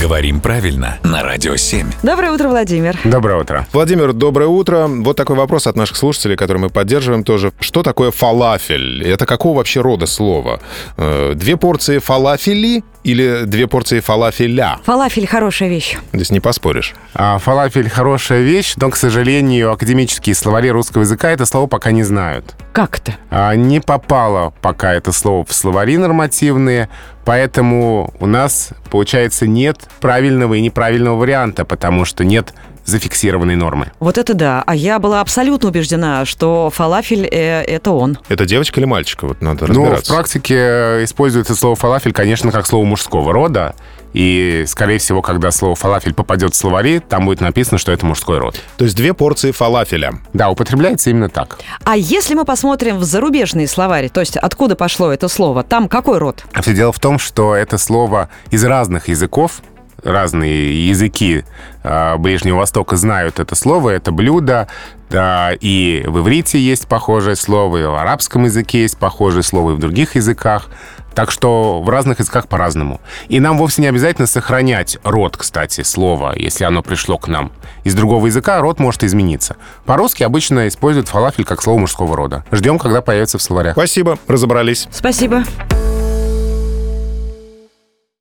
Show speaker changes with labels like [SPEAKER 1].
[SPEAKER 1] Говорим правильно на Радио 7.
[SPEAKER 2] Доброе утро, Владимир.
[SPEAKER 3] Доброе утро.
[SPEAKER 4] Владимир, доброе утро. Вот такой вопрос от наших слушателей, который мы поддерживаем тоже. Что такое фалафель? Это какого вообще рода слово? Э, Две порции фалафели или две порции фалафеля?
[SPEAKER 2] Фалафель – хорошая вещь.
[SPEAKER 4] Здесь не поспоришь.
[SPEAKER 3] А, фалафель хорошая вещь, но, к сожалению, академические словари русского языка это слово пока не знают.
[SPEAKER 2] Как это?
[SPEAKER 3] А, не попало пока это слово в словари нормативные, поэтому у нас, получается, нет правильного и неправильного варианта, потому что нет зафиксированной нормы.
[SPEAKER 2] Вот это да. А я была абсолютно убеждена, что фалафель э, это он.
[SPEAKER 4] Это девочка или мальчик? Вот надо
[SPEAKER 3] Но Ну, в
[SPEAKER 4] разбираться.
[SPEAKER 3] практике э, используется слово «фалафель», конечно, как слово мужского рода, и, скорее всего, когда слово «фалафель» попадет в словари, там будет написано, что это мужской род.
[SPEAKER 4] То есть две порции фалафеля.
[SPEAKER 3] Да, употребляется именно так.
[SPEAKER 2] А если мы посмотрим в зарубежные словари, то есть откуда пошло это слово, там какой род?
[SPEAKER 3] А все дело в том, что это слово из разных языков, разные языки э, Ближнего Востока знают это слово, это блюдо, да, и в иврите есть похожее слово, и в арабском языке есть похожее слово, и в других языках. Так что в разных языках по-разному. И нам вовсе не обязательно сохранять род, кстати, слова, если оно пришло к нам. Из другого языка род может измениться. По-русски обычно используют фалафель как слово мужского рода. Ждем, когда появится в словарях.
[SPEAKER 4] Спасибо, разобрались.
[SPEAKER 2] Спасибо.